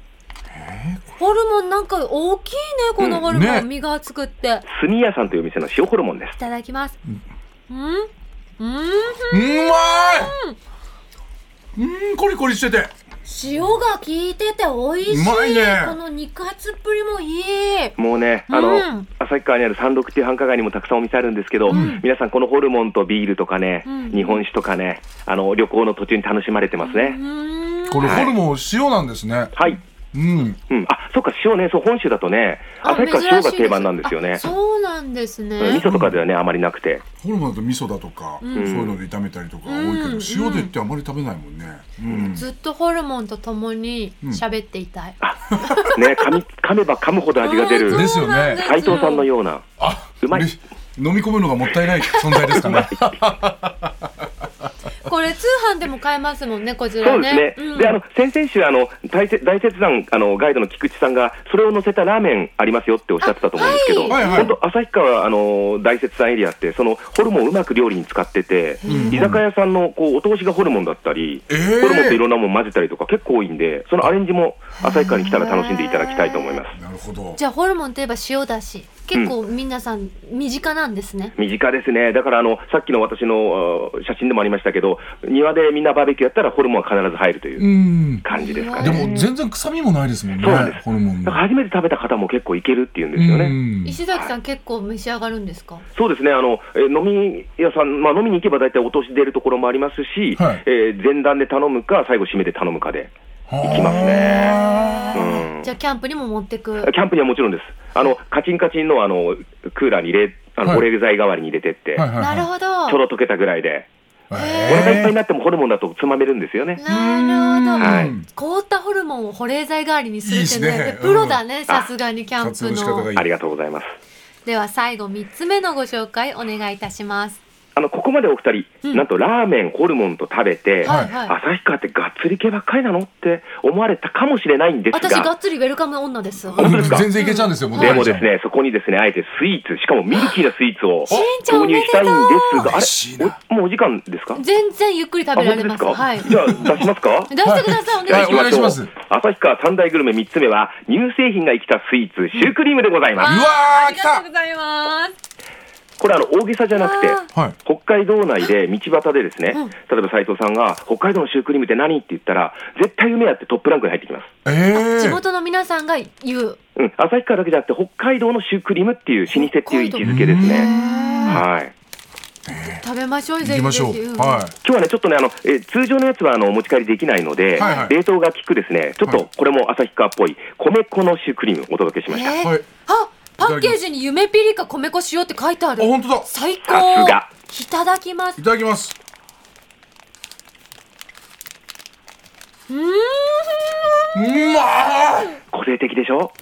[SPEAKER 2] ホルモンなんか大きいねこのホルモン、
[SPEAKER 3] ね
[SPEAKER 2] 身が厚くって
[SPEAKER 4] 炭屋さんというお店の塩ホルモンです
[SPEAKER 2] い。ただきますうんうん
[SPEAKER 3] うまいうんコリコリしてて
[SPEAKER 2] 塩が効いてて美味しいう
[SPEAKER 3] まいね
[SPEAKER 2] この肉厚っぷりもいい
[SPEAKER 4] もうね、あの、
[SPEAKER 2] うん
[SPEAKER 4] 旭川にある三六っていう繁華街にもたくさんお店あるんですけど、皆さんこのホルモンとビールとかね、
[SPEAKER 2] うん
[SPEAKER 4] 日本酒とかね、あの、旅行の途中に楽しまれてますね。
[SPEAKER 2] うん
[SPEAKER 3] これホルモン塩なんですね
[SPEAKER 4] はい。
[SPEAKER 3] うん。
[SPEAKER 4] うん、あそっか、塩ね、そう本州だとね、
[SPEAKER 2] あ
[SPEAKER 4] 旭川塩が定番なんですよ
[SPEAKER 2] あ
[SPEAKER 4] ね。
[SPEAKER 2] そうなんですね。
[SPEAKER 4] うん味噌とかではね、あまりなくて。
[SPEAKER 3] ホルモンだと味噌だとか、
[SPEAKER 2] うん
[SPEAKER 3] そういうので炒めたりとか多いけど、
[SPEAKER 2] うん
[SPEAKER 3] 塩でってあまり食べないもんね。うん。
[SPEAKER 2] ずっとホルモンとともに喋っていたい。
[SPEAKER 4] ね、噛み噛めば噛むほど味が出る
[SPEAKER 3] う、んですよね
[SPEAKER 4] 斎藤さんのような。
[SPEAKER 3] あ、
[SPEAKER 4] うまい
[SPEAKER 3] ね飲み込むのがもったいない存在ですか ね。
[SPEAKER 2] これ通販でも買えますもんね、こち
[SPEAKER 4] そ
[SPEAKER 2] ら
[SPEAKER 4] うで
[SPEAKER 2] ね。
[SPEAKER 4] すね。
[SPEAKER 2] ん
[SPEAKER 4] で、あの、先々週、あの、大雪大雪山、あの、ガイドの菊池さんが、それを乗せたラーメンありますよっておっしゃってたと思うんですけど、
[SPEAKER 3] あはいはいはい
[SPEAKER 4] 本当旭川、あの、大雪山エリアって、その、ホルモンをうまく料理に使ってて、居酒屋さんの、こう、お通しがホルモンだったり、
[SPEAKER 3] え
[SPEAKER 4] ホルモンとい
[SPEAKER 3] ー、
[SPEAKER 4] ろんなもの混ぜたりとか結構多いんで、そのアレンジも旭川に来たら楽しんでいただきたいと思います。
[SPEAKER 3] なるほど。。
[SPEAKER 2] じゃあホルモンといえば塩だし、結構皆さん身近なんですね。
[SPEAKER 4] 身近ですね。だからあの、さっきの私のあー写真でもありましたけど、庭でみんなバーベキューやったらホルモンは必ず入るといううん感じですか
[SPEAKER 3] で
[SPEAKER 4] ね。
[SPEAKER 3] も全然臭みもないですもんね
[SPEAKER 4] そうなんで。す
[SPEAKER 3] ホルモン
[SPEAKER 4] だ
[SPEAKER 3] の
[SPEAKER 4] から。初めて食べた方も結構いけるっていうん
[SPEAKER 3] う
[SPEAKER 4] ですよね。
[SPEAKER 3] ん
[SPEAKER 2] 石崎さん結構召し上がるんですか
[SPEAKER 4] そうですね、あのえー飲み屋さん、まあ、飲みに行けば大体お年出るところもありますし、
[SPEAKER 3] はい
[SPEAKER 4] えー前段で頼むか、最後、締めで頼むかで、
[SPEAKER 3] 行
[SPEAKER 4] きます
[SPEAKER 3] ね。
[SPEAKER 4] うん
[SPEAKER 2] じゃあキャンプにも持ってく。
[SPEAKER 4] キャンプにはもちろんです、あのカチンカチンのあのクーラーに入れ、あの
[SPEAKER 3] はい
[SPEAKER 4] 保冷剤代わりに入れてって、
[SPEAKER 3] はいはいはい
[SPEAKER 2] なるほど。
[SPEAKER 4] ちょうど溶けたぐらいで、お
[SPEAKER 3] え
[SPEAKER 4] 腹いっぱいに
[SPEAKER 3] ー
[SPEAKER 4] なってもホルモンだとつまめるんですよね。
[SPEAKER 2] なるほど。
[SPEAKER 4] はい
[SPEAKER 3] うん
[SPEAKER 2] 凍ったホルモンを保冷剤代わりにするってね
[SPEAKER 3] いいですね
[SPEAKER 2] プロだね、さすがにキャンプ
[SPEAKER 3] 活用の仕方が
[SPEAKER 2] の
[SPEAKER 3] いい
[SPEAKER 4] ありがとうございます。
[SPEAKER 2] では最後3つ目のご紹介お願いいたします
[SPEAKER 4] あのここまでお二人、
[SPEAKER 2] うん
[SPEAKER 4] なんとラーメン、ホルモンと食べて、
[SPEAKER 3] はい
[SPEAKER 2] はいはい
[SPEAKER 4] 旭川ってがっつり系ばっかりなのって思われたかもしれないんです
[SPEAKER 2] 私が
[SPEAKER 4] が
[SPEAKER 2] っ、つりウェルカム女です
[SPEAKER 4] 本当ですか
[SPEAKER 3] 全然いけちゃうんですよ。もう
[SPEAKER 4] でもです。ね、そこにですね、あえてスイーツ、しかもミルキーなスイーツを
[SPEAKER 2] しんちゃんお
[SPEAKER 4] 購
[SPEAKER 2] め
[SPEAKER 4] 入
[SPEAKER 2] で
[SPEAKER 4] したいん
[SPEAKER 2] とう
[SPEAKER 4] です
[SPEAKER 3] 嬉しい
[SPEAKER 4] が、
[SPEAKER 3] な
[SPEAKER 4] あれおもうお時間ですかあ、
[SPEAKER 2] 全然ゆっくり食べら
[SPEAKER 4] 本当
[SPEAKER 2] れ
[SPEAKER 4] で
[SPEAKER 2] ますす
[SPEAKER 4] か、
[SPEAKER 2] はい
[SPEAKER 4] じゃあ出しますか
[SPEAKER 2] 出してください、
[SPEAKER 3] は
[SPEAKER 2] お
[SPEAKER 3] い
[SPEAKER 2] 願いします、
[SPEAKER 3] お願いします
[SPEAKER 4] 旭川三大グルメ3つ目は、乳製品が生きたスイーツ、シュークリームでございます。
[SPEAKER 3] うわー
[SPEAKER 2] ありがとうございます
[SPEAKER 4] これあの大げさじゃなくて
[SPEAKER 2] あ
[SPEAKER 3] はい。
[SPEAKER 4] 北海道内で道端でですね、
[SPEAKER 2] うん
[SPEAKER 4] 例えば斉藤さんが北海道のシュークリームって何って言ったら絶対梅屋ってトップランクに入ってきます。
[SPEAKER 3] え
[SPEAKER 2] 地
[SPEAKER 3] ー。
[SPEAKER 2] 元の皆さんが言う
[SPEAKER 4] うん、旭川だけじゃなくて北海道のシュークリームっていう老舗っていう位置づけですね。はい。
[SPEAKER 2] 食べましょう
[SPEAKER 3] 行
[SPEAKER 2] ぜ
[SPEAKER 3] き
[SPEAKER 2] ひ
[SPEAKER 3] まし
[SPEAKER 2] ぜ
[SPEAKER 3] ょ
[SPEAKER 2] ひうん
[SPEAKER 3] う。は
[SPEAKER 4] 今日はね、ちょっとね、あの、えー通常のやつはあのお持ち帰りできないので、
[SPEAKER 3] はいはい
[SPEAKER 4] 冷凍が効くですね、ちょっ
[SPEAKER 3] はい
[SPEAKER 4] とこれも旭川っぽい、米粉のシュークリームお届けしました。
[SPEAKER 2] え
[SPEAKER 3] い。
[SPEAKER 2] ー
[SPEAKER 3] はい。
[SPEAKER 2] あパッケージに夢ピリカ米粉塩って書いてあ
[SPEAKER 3] あ、
[SPEAKER 2] る
[SPEAKER 3] 本当だ。
[SPEAKER 2] 最
[SPEAKER 4] さ
[SPEAKER 2] 高
[SPEAKER 4] すが
[SPEAKER 2] いただきます
[SPEAKER 3] いただきます。
[SPEAKER 2] うーん
[SPEAKER 3] うまー。
[SPEAKER 4] 個性的でしょ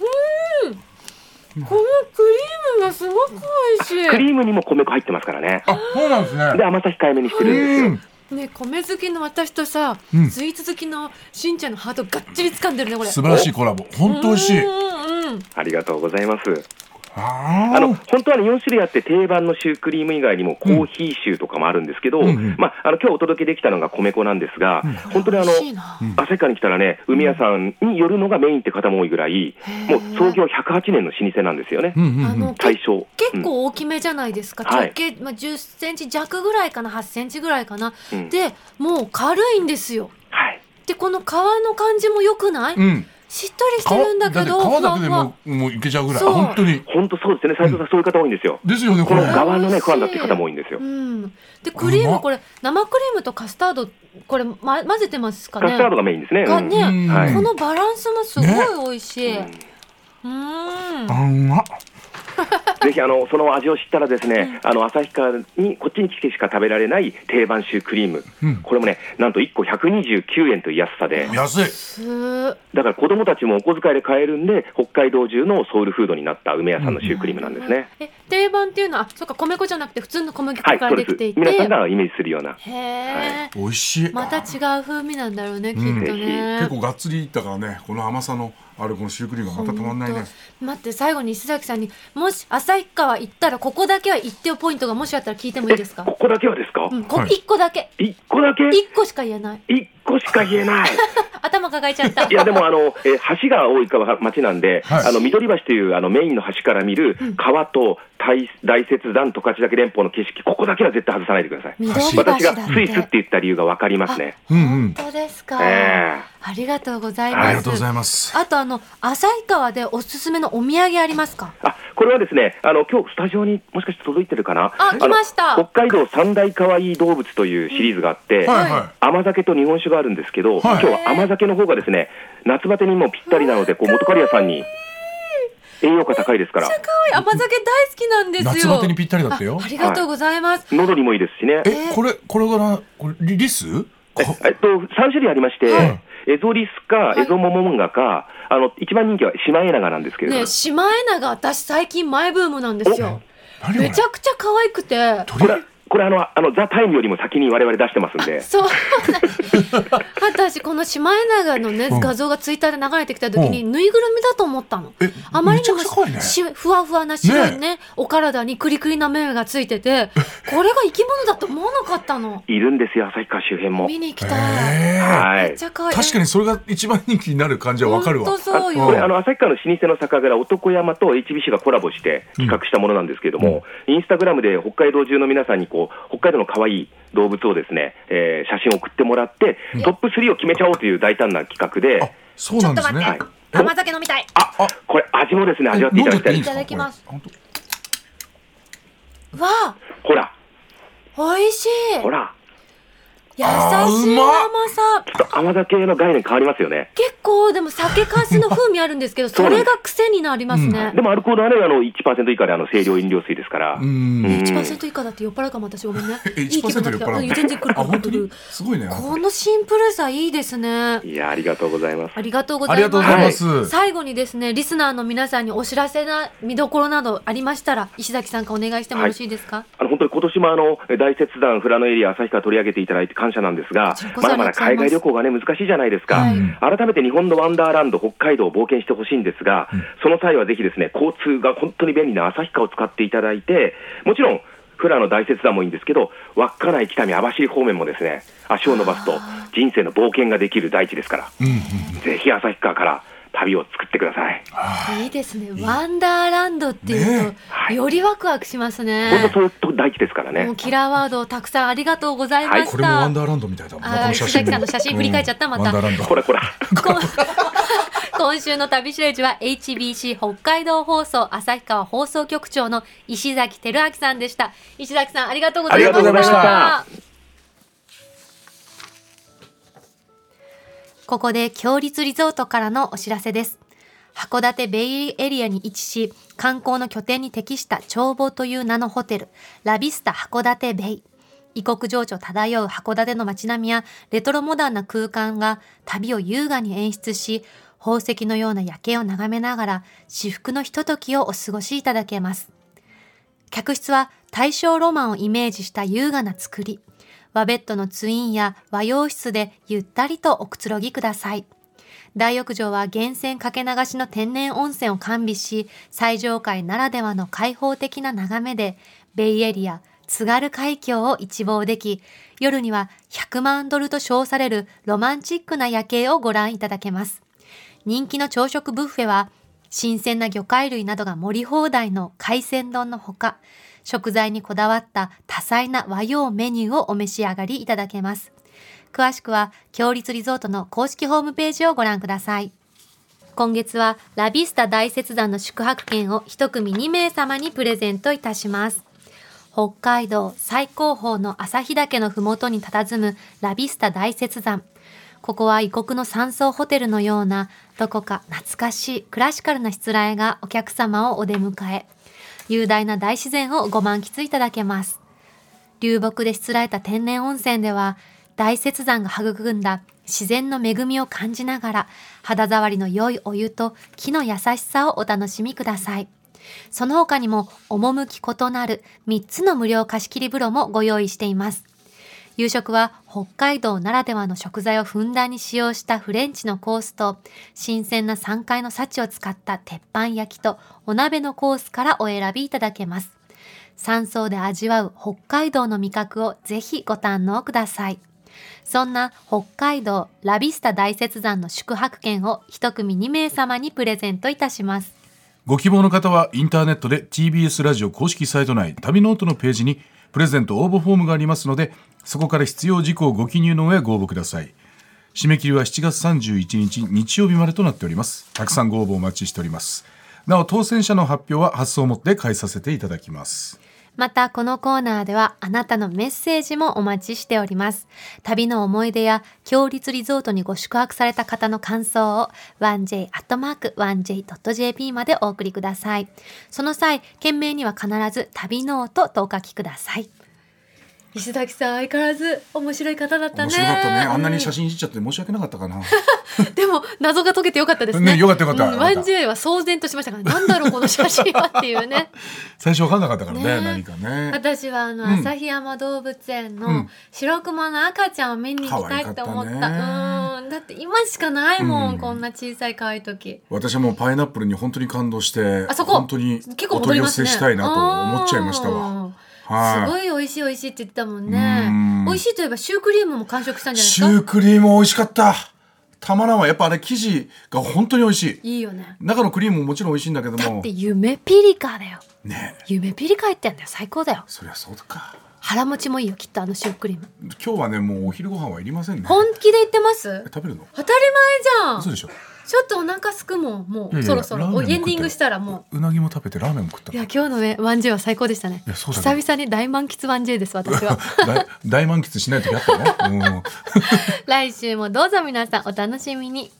[SPEAKER 2] このクリームがすごく美
[SPEAKER 4] ク
[SPEAKER 2] 味し
[SPEAKER 4] リームにも米粉入ってますからね。
[SPEAKER 3] あ、そうなんですね。
[SPEAKER 4] で、甘さ控えめにしてるんですよ。
[SPEAKER 3] うん。
[SPEAKER 2] いね米好きの私とさ、
[SPEAKER 3] うん
[SPEAKER 2] スイーツ好きのしんちゃんのハートがっちり掴んでるねこれ
[SPEAKER 3] 素晴らしいコラボ。本当美味しい。
[SPEAKER 2] うんうんうん
[SPEAKER 4] ありがとうございます。
[SPEAKER 3] あー
[SPEAKER 4] あの、本当はね、4種類あって定番のシュークリーム以外にもコーヒーシューとかもあるんですけど、
[SPEAKER 3] うんうん
[SPEAKER 4] まあ、あの、今日お届けできたのが米粉なんですが、本当にあ
[SPEAKER 2] 美
[SPEAKER 4] の
[SPEAKER 2] 味、しいな
[SPEAKER 4] 旭川に来たらね、海屋さんに寄るのがメインって方も多いぐらい、もう創業108年の老舗なんですよね
[SPEAKER 3] う、んう
[SPEAKER 2] あ
[SPEAKER 3] んう
[SPEAKER 2] の
[SPEAKER 3] ん。
[SPEAKER 2] け
[SPEAKER 4] 大正。
[SPEAKER 2] 結構大きめじゃないですか、
[SPEAKER 4] はい
[SPEAKER 2] 直径、まあ、10センチ弱ぐらいかな8センチぐらいかな、
[SPEAKER 4] うん
[SPEAKER 2] でもう軽いんですよ
[SPEAKER 4] はい。
[SPEAKER 2] でこの皮の感じも良くない、
[SPEAKER 3] うん。
[SPEAKER 2] しっとりしてるんだけど
[SPEAKER 3] 皮って皮だけで
[SPEAKER 2] ふわふわ
[SPEAKER 3] もうもういけちゃうぐらい。
[SPEAKER 2] そう
[SPEAKER 3] 本当に。
[SPEAKER 4] 本当そうですね、斉藤さん、そういう方多いんですよ。
[SPEAKER 3] ですよね、こ
[SPEAKER 4] こ
[SPEAKER 3] れ
[SPEAKER 4] の。側の
[SPEAKER 2] 美味しい
[SPEAKER 4] ね、不安だっていう方も多いんですよ
[SPEAKER 2] う。ん、でクリー
[SPEAKER 3] うま
[SPEAKER 2] ム
[SPEAKER 3] っ
[SPEAKER 2] これ生クリームとカスタードこれ、ま、混ぜてますか
[SPEAKER 4] カ
[SPEAKER 2] ね
[SPEAKER 4] スタードがメインですね。
[SPEAKER 2] がね、
[SPEAKER 3] うん
[SPEAKER 4] はい
[SPEAKER 2] このバランスもすごい美味し
[SPEAKER 4] うん
[SPEAKER 2] い、
[SPEAKER 4] うん
[SPEAKER 2] うーん
[SPEAKER 3] あうまっ。
[SPEAKER 4] ぜひあのその味を知ったらですね、あの旭川にこっちに来てしか食べられない定番シュークリーム、
[SPEAKER 3] うん
[SPEAKER 4] これもねなんと1個129円という安さで、
[SPEAKER 3] 安い。
[SPEAKER 2] すー
[SPEAKER 4] だから子供たちもお小遣いで買えるんで北海道中のソウルフードになった梅屋さんのシュークリームなんですね。
[SPEAKER 2] え定番っていうのはあそっか米粉じゃなくて普通の小麦
[SPEAKER 4] は
[SPEAKER 2] 粉
[SPEAKER 4] い、
[SPEAKER 2] か
[SPEAKER 4] そ
[SPEAKER 2] らで
[SPEAKER 4] うで
[SPEAKER 2] きてい
[SPEAKER 4] す。
[SPEAKER 2] て、
[SPEAKER 4] 皆さんがイメージするような。
[SPEAKER 2] へえ、
[SPEAKER 3] 美味しい。
[SPEAKER 2] また違う風味なんだろうね、
[SPEAKER 3] ん
[SPEAKER 2] きっとね
[SPEAKER 3] 結構がっつりいったからね、この甘さのあるこのシュークリームがまたたまんないね。
[SPEAKER 2] 待って最後に石崎さんにもし旭川行ったらここだけは行ってよポイントがもしあったら聞いてもいいですか
[SPEAKER 4] こ、こだけはですか
[SPEAKER 2] うん、こ
[SPEAKER 3] はい
[SPEAKER 2] 1個だけ
[SPEAKER 4] ?1 個だけ
[SPEAKER 2] 1個しか言えない
[SPEAKER 4] ?1 個しか言えない。
[SPEAKER 2] 頭抱えちゃった
[SPEAKER 4] いやでもあの、えー橋が多い川町なんで、
[SPEAKER 3] はい
[SPEAKER 4] あの緑橋というあのメインの橋から見る川と大大雪山十勝岳連峰の景色、ここだけは絶対外さないでください。
[SPEAKER 2] 緑橋だっ
[SPEAKER 4] 私
[SPEAKER 2] て
[SPEAKER 4] がスイスって言った理由が分かりますね。
[SPEAKER 3] うんう
[SPEAKER 2] 本
[SPEAKER 3] ん。
[SPEAKER 2] 当ですか、
[SPEAKER 4] え
[SPEAKER 2] ありがとうございます
[SPEAKER 3] ありがとうございます。
[SPEAKER 2] あとあの旭川でおすすめのお土産ありますか
[SPEAKER 4] あこれはですね、あの今日スタジオにもしかして届いてるかな、
[SPEAKER 2] あ来ました
[SPEAKER 4] の北海道三大かわいい動物というシリーズがあって、
[SPEAKER 3] はいは
[SPEAKER 4] 甘酒と日本酒があるんですけど、
[SPEAKER 3] はい
[SPEAKER 4] 今日は甘酒の方がですね、夏バテにもぴったりなので、こう元刈谷さんに栄養価高いですから、
[SPEAKER 2] 甘酒大好きなんですよ。
[SPEAKER 3] 夏バテにぴったりだってよ
[SPEAKER 2] あありがとうございます。
[SPEAKER 4] 喉にもいいですしね。
[SPEAKER 3] えこれこれがなこれリリスか
[SPEAKER 4] えっと、3種類ありまして、
[SPEAKER 3] はい
[SPEAKER 4] エゾリスか
[SPEAKER 2] い、
[SPEAKER 4] エゾモモンガか、あの、一番人気はシマエナガなんですけれど
[SPEAKER 2] ね
[SPEAKER 4] も
[SPEAKER 2] え、、シマエナガ私最近マイブームなんですよ。
[SPEAKER 3] 何これ
[SPEAKER 2] めちゃくちゃ可愛くて。
[SPEAKER 4] これ、これあの、あの、ザ・タイムよりも先に我々出してますんで、
[SPEAKER 2] そう。 私このシマエナガのね
[SPEAKER 3] うん
[SPEAKER 2] 画像がツイッターで流れてきた時にぬいぐるみだと思ったの。
[SPEAKER 3] え
[SPEAKER 2] あまり
[SPEAKER 3] めち
[SPEAKER 2] に
[SPEAKER 3] ゃ
[SPEAKER 2] も
[SPEAKER 3] くちゃ怖いね
[SPEAKER 2] しふわふわな白いね
[SPEAKER 3] ね
[SPEAKER 2] お体にクリクリな目がついててこれが生き物だと思わなかったの
[SPEAKER 4] いるんですよ、旭川周辺も。
[SPEAKER 2] 見に行きたい、
[SPEAKER 3] えー
[SPEAKER 4] は
[SPEAKER 2] めっ
[SPEAKER 4] い
[SPEAKER 2] ち。ゃ可愛い
[SPEAKER 3] 確かにそれが一番人気になる感じはわかるわ
[SPEAKER 2] 本当そう
[SPEAKER 4] これ、あ
[SPEAKER 2] よ
[SPEAKER 4] の、旭川の老舗の酒蔵、男山と HBC がコラボして企画したものなんですけれども、インスタグラムで北海道中の皆さんに、こう、北海道の可愛い動物をですね、えー写真を送ってもらって、トップ3を決めちゃおうという大胆な企画
[SPEAKER 3] あ
[SPEAKER 4] で、
[SPEAKER 3] そう
[SPEAKER 2] ちょ
[SPEAKER 3] な
[SPEAKER 2] っと
[SPEAKER 3] んです
[SPEAKER 2] 待っ
[SPEAKER 3] ね
[SPEAKER 2] て、
[SPEAKER 4] はい
[SPEAKER 2] 甘酒飲みたい
[SPEAKER 4] あ、あこれ味もですね、味わっていただきたい
[SPEAKER 3] え飲んで
[SPEAKER 4] で。
[SPEAKER 3] すい
[SPEAKER 2] いただきます
[SPEAKER 3] これ本当
[SPEAKER 2] わ
[SPEAKER 4] ほら、
[SPEAKER 2] あ美味しい
[SPEAKER 4] ほら、
[SPEAKER 2] 優しい甘さ
[SPEAKER 4] ちょっと甘酒の概念変わりますよね。
[SPEAKER 2] 結構でも酒かすの風味あるん ですけどそれが癖になりますね、
[SPEAKER 4] でもアルコールはね、あの1%以下であの清涼飲料水ですから。
[SPEAKER 3] う
[SPEAKER 4] うん
[SPEAKER 3] ん
[SPEAKER 2] 1%以下だって酔っ払うかも私ごめんね
[SPEAKER 3] え
[SPEAKER 2] いい気分だけ
[SPEAKER 3] 1%酔っ払う
[SPEAKER 2] ど
[SPEAKER 3] の
[SPEAKER 2] うん全然くるく
[SPEAKER 3] あ
[SPEAKER 2] る
[SPEAKER 3] 本
[SPEAKER 2] く
[SPEAKER 3] 当
[SPEAKER 2] る
[SPEAKER 3] にすごいね
[SPEAKER 2] このシンプルさいいですね
[SPEAKER 4] いや、ありがとうございます。
[SPEAKER 2] ありがとうござ
[SPEAKER 3] あ
[SPEAKER 2] いま
[SPEAKER 3] りが
[SPEAKER 2] す
[SPEAKER 3] とうございます、
[SPEAKER 2] 最後にですねリスナーの皆さんにお知らせな見どころなどありましたら石崎さんからお願いしてもよろしいですか、
[SPEAKER 4] あの本当に今年もあのえ大雪山、富良野エリア、旭川取り上げていただいて感謝なんですが
[SPEAKER 2] こちらこ、そ
[SPEAKER 4] ま
[SPEAKER 2] あ
[SPEAKER 4] だ
[SPEAKER 2] りがとうございま
[SPEAKER 4] まだ
[SPEAKER 2] す
[SPEAKER 4] 海外旅行がね、難しいじゃないですか。
[SPEAKER 2] はい
[SPEAKER 3] うん
[SPEAKER 4] 改めて日本のワンダーランド、北海道を冒険してほしいんですが、その際はぜひですね、交通が本当に便利な旭川を使っていただいて、もちろん、富良野大雪山もいいんですけど、稚内、北見、網走方面もですね、足を伸ばすと人生の冒険ができる大地ですから、
[SPEAKER 3] うんうん
[SPEAKER 4] ぜひ旭川から旅を作ってください。
[SPEAKER 2] いいですね。ワンダーランドっていう
[SPEAKER 3] ね
[SPEAKER 2] と、よりワクワクしますね
[SPEAKER 4] 本。当、そういう大地ですからね
[SPEAKER 2] もう。キラーワードをたくさんありがとうございま
[SPEAKER 4] はい
[SPEAKER 2] し
[SPEAKER 3] これもワン
[SPEAKER 2] た。
[SPEAKER 3] ダーランドみたいだもんな
[SPEAKER 2] あー
[SPEAKER 3] この写
[SPEAKER 2] 鈴
[SPEAKER 3] 真
[SPEAKER 2] 木さんの写真振り返っちゃったまた
[SPEAKER 3] ワンダーランド
[SPEAKER 4] こらこら。
[SPEAKER 2] 今週の旅しるじは HBC 北海道放送旭川放送局長の石崎輝明さんでした。石崎さんありがとうございました。
[SPEAKER 4] ありがとうございま
[SPEAKER 2] ここで強立リゾートからのお知らせです。函館ベイエリアに位置し、観光の拠点に適した眺望という名のホテル、ラビスタ函館ベイ。異国情緒漂う函館の街並みやレトロモダンな空間が旅を優雅に演出し、宝石のような夜景を眺めながら至福のひとときをお過ごしいただけます。客室は大正ロマンをイメージした優雅な作り。和ベッドのツインや和洋室でゆったりとおくつろぎください。大浴場は源泉かけ流しの天然温泉を完備し、最上階ならではの開放的な眺めで、ベイエリア、津軽海峡を一望でき、夜には100万ドルと称されるロマンチックな夜景をご覧いただけます。人気の朝食ブッフェは、新鮮な魚介類などが盛り放題の海鮮丼のほか、食材にこだわった多彩な和洋メニューをお召し上がりいただけます。詳しくは、強立リゾートの公式ホームページをご覧ください。今月は、ラビスタ大雪山の宿泊券を一組2名様にプレゼントいたします。北海道最高峰の旭岳の麓に佇むラビスタ大雪山。ここは異国の山荘ホテルのような、どこか懐かしいクラシカルなしつらえがお客様をお出迎え。雄大な大自然をご満喫いただけます。流木でしつらえた天然温泉では、大雪山が育んだ自然の恵みを感じながら、肌触りの良いお湯と木の優しさをお楽しみください。その他にも、趣異なる3つの無料貸し切り風呂もご用意しています。夕食は北海道ならではの食材をふんだんに使用したフレンチのコースと新鮮な3階の幸を使った鉄板焼きとお鍋のコースからお選びいただけます山荘で味わう北海道の味覚をぜひご堪能くださいそんな北海道ラビスタ大雪山の宿泊券を一組2名様にプレゼントいたします
[SPEAKER 3] ご希望の方はインターネットで TBS ラジオ公式サイト内旅ノートのページにプレゼント応募フォームがありますのでそこから必要事項をご記入の上ご応募ください締め切りは7月31日日曜日までとなっておりますたくさんご応募お待ちしておりますなお当選者の発表は発送をもって返させていただきます
[SPEAKER 2] またこのコーナーではあなたのメッセージもお待ちしております旅の思い出や強立リゾートにご宿泊された方の感想を 1j.1j.jp までお送りくださいその際件名には必ず旅ノートとお書きください石崎さん相変わらず面白い方だったね
[SPEAKER 3] 面白かったね。あんなに写
[SPEAKER 2] 真、
[SPEAKER 3] 真いじっちゃって申し訳なかったかな。
[SPEAKER 2] でも謎が解けてよかったですね
[SPEAKER 3] ねよかったよかった
[SPEAKER 2] うん、1J は騒然としましたからなんだろうこの写真はっていうね
[SPEAKER 3] 最初わかんなかったからね、
[SPEAKER 2] ね
[SPEAKER 3] 何かね。
[SPEAKER 2] 私はあの
[SPEAKER 3] うん
[SPEAKER 2] 旭山動物園
[SPEAKER 3] う
[SPEAKER 2] の
[SPEAKER 3] ん
[SPEAKER 2] 白熊の赤ちゃんを見に行きたいって思った,、
[SPEAKER 3] 可愛か
[SPEAKER 2] う
[SPEAKER 3] った
[SPEAKER 2] んだって今しかないもん、
[SPEAKER 3] うん
[SPEAKER 2] こんな小さい可愛い時
[SPEAKER 3] 私はもうパイナップルに本当に感動して、
[SPEAKER 2] あそこ
[SPEAKER 3] 本当に
[SPEAKER 2] 結構
[SPEAKER 3] お
[SPEAKER 2] 戻
[SPEAKER 3] 取
[SPEAKER 2] り
[SPEAKER 3] り寄
[SPEAKER 2] ます
[SPEAKER 3] せ
[SPEAKER 2] ね
[SPEAKER 3] したいなと思っちゃいましたわ。
[SPEAKER 2] あー
[SPEAKER 3] は
[SPEAKER 2] すごい美味しい美味しいって言ってたもん
[SPEAKER 3] う
[SPEAKER 2] ね
[SPEAKER 3] ん
[SPEAKER 2] 美味しいといえばシュークリームも完食したん
[SPEAKER 3] い。
[SPEAKER 2] じ
[SPEAKER 3] シ
[SPEAKER 2] ゃないで
[SPEAKER 3] ュ
[SPEAKER 2] す
[SPEAKER 3] ークリーム美味しかった。たまらんわ。やっぱあれ生地が本当に美味しい
[SPEAKER 2] か。いいよね
[SPEAKER 3] 中のクリームももちろん美味しいんだけど
[SPEAKER 2] だっ
[SPEAKER 3] も
[SPEAKER 2] て。夢ピリカだよ
[SPEAKER 3] ねえ
[SPEAKER 2] 夢ピリカ言ってんだよ最高だよ
[SPEAKER 3] そりゃそうか。
[SPEAKER 2] 腹持ちもいいよきっとあのシュークリーム
[SPEAKER 3] 今日はね、もうお昼ご飯はいりませんね。
[SPEAKER 2] 本気で言ってます
[SPEAKER 3] え食べるの
[SPEAKER 2] 当たり前じ
[SPEAKER 3] 嘘
[SPEAKER 2] ゃん
[SPEAKER 3] でしょ
[SPEAKER 2] ちょっとお腹すくもんも
[SPEAKER 3] いうやいや
[SPEAKER 2] そろそろ
[SPEAKER 3] ラーメン
[SPEAKER 2] おエ
[SPEAKER 3] も食ったよ
[SPEAKER 2] ンディングしたらもう
[SPEAKER 3] うなぎも食べてラーメンも食った
[SPEAKER 2] いや。今日のねワンジェは最高でしたね。
[SPEAKER 3] いやそうだ
[SPEAKER 2] 久
[SPEAKER 3] ね
[SPEAKER 2] 々に大満喫ワンジェです私 は。
[SPEAKER 3] 大大満喫しない時あったの、うん
[SPEAKER 2] 来週もどうぞ皆さんお楽しみに。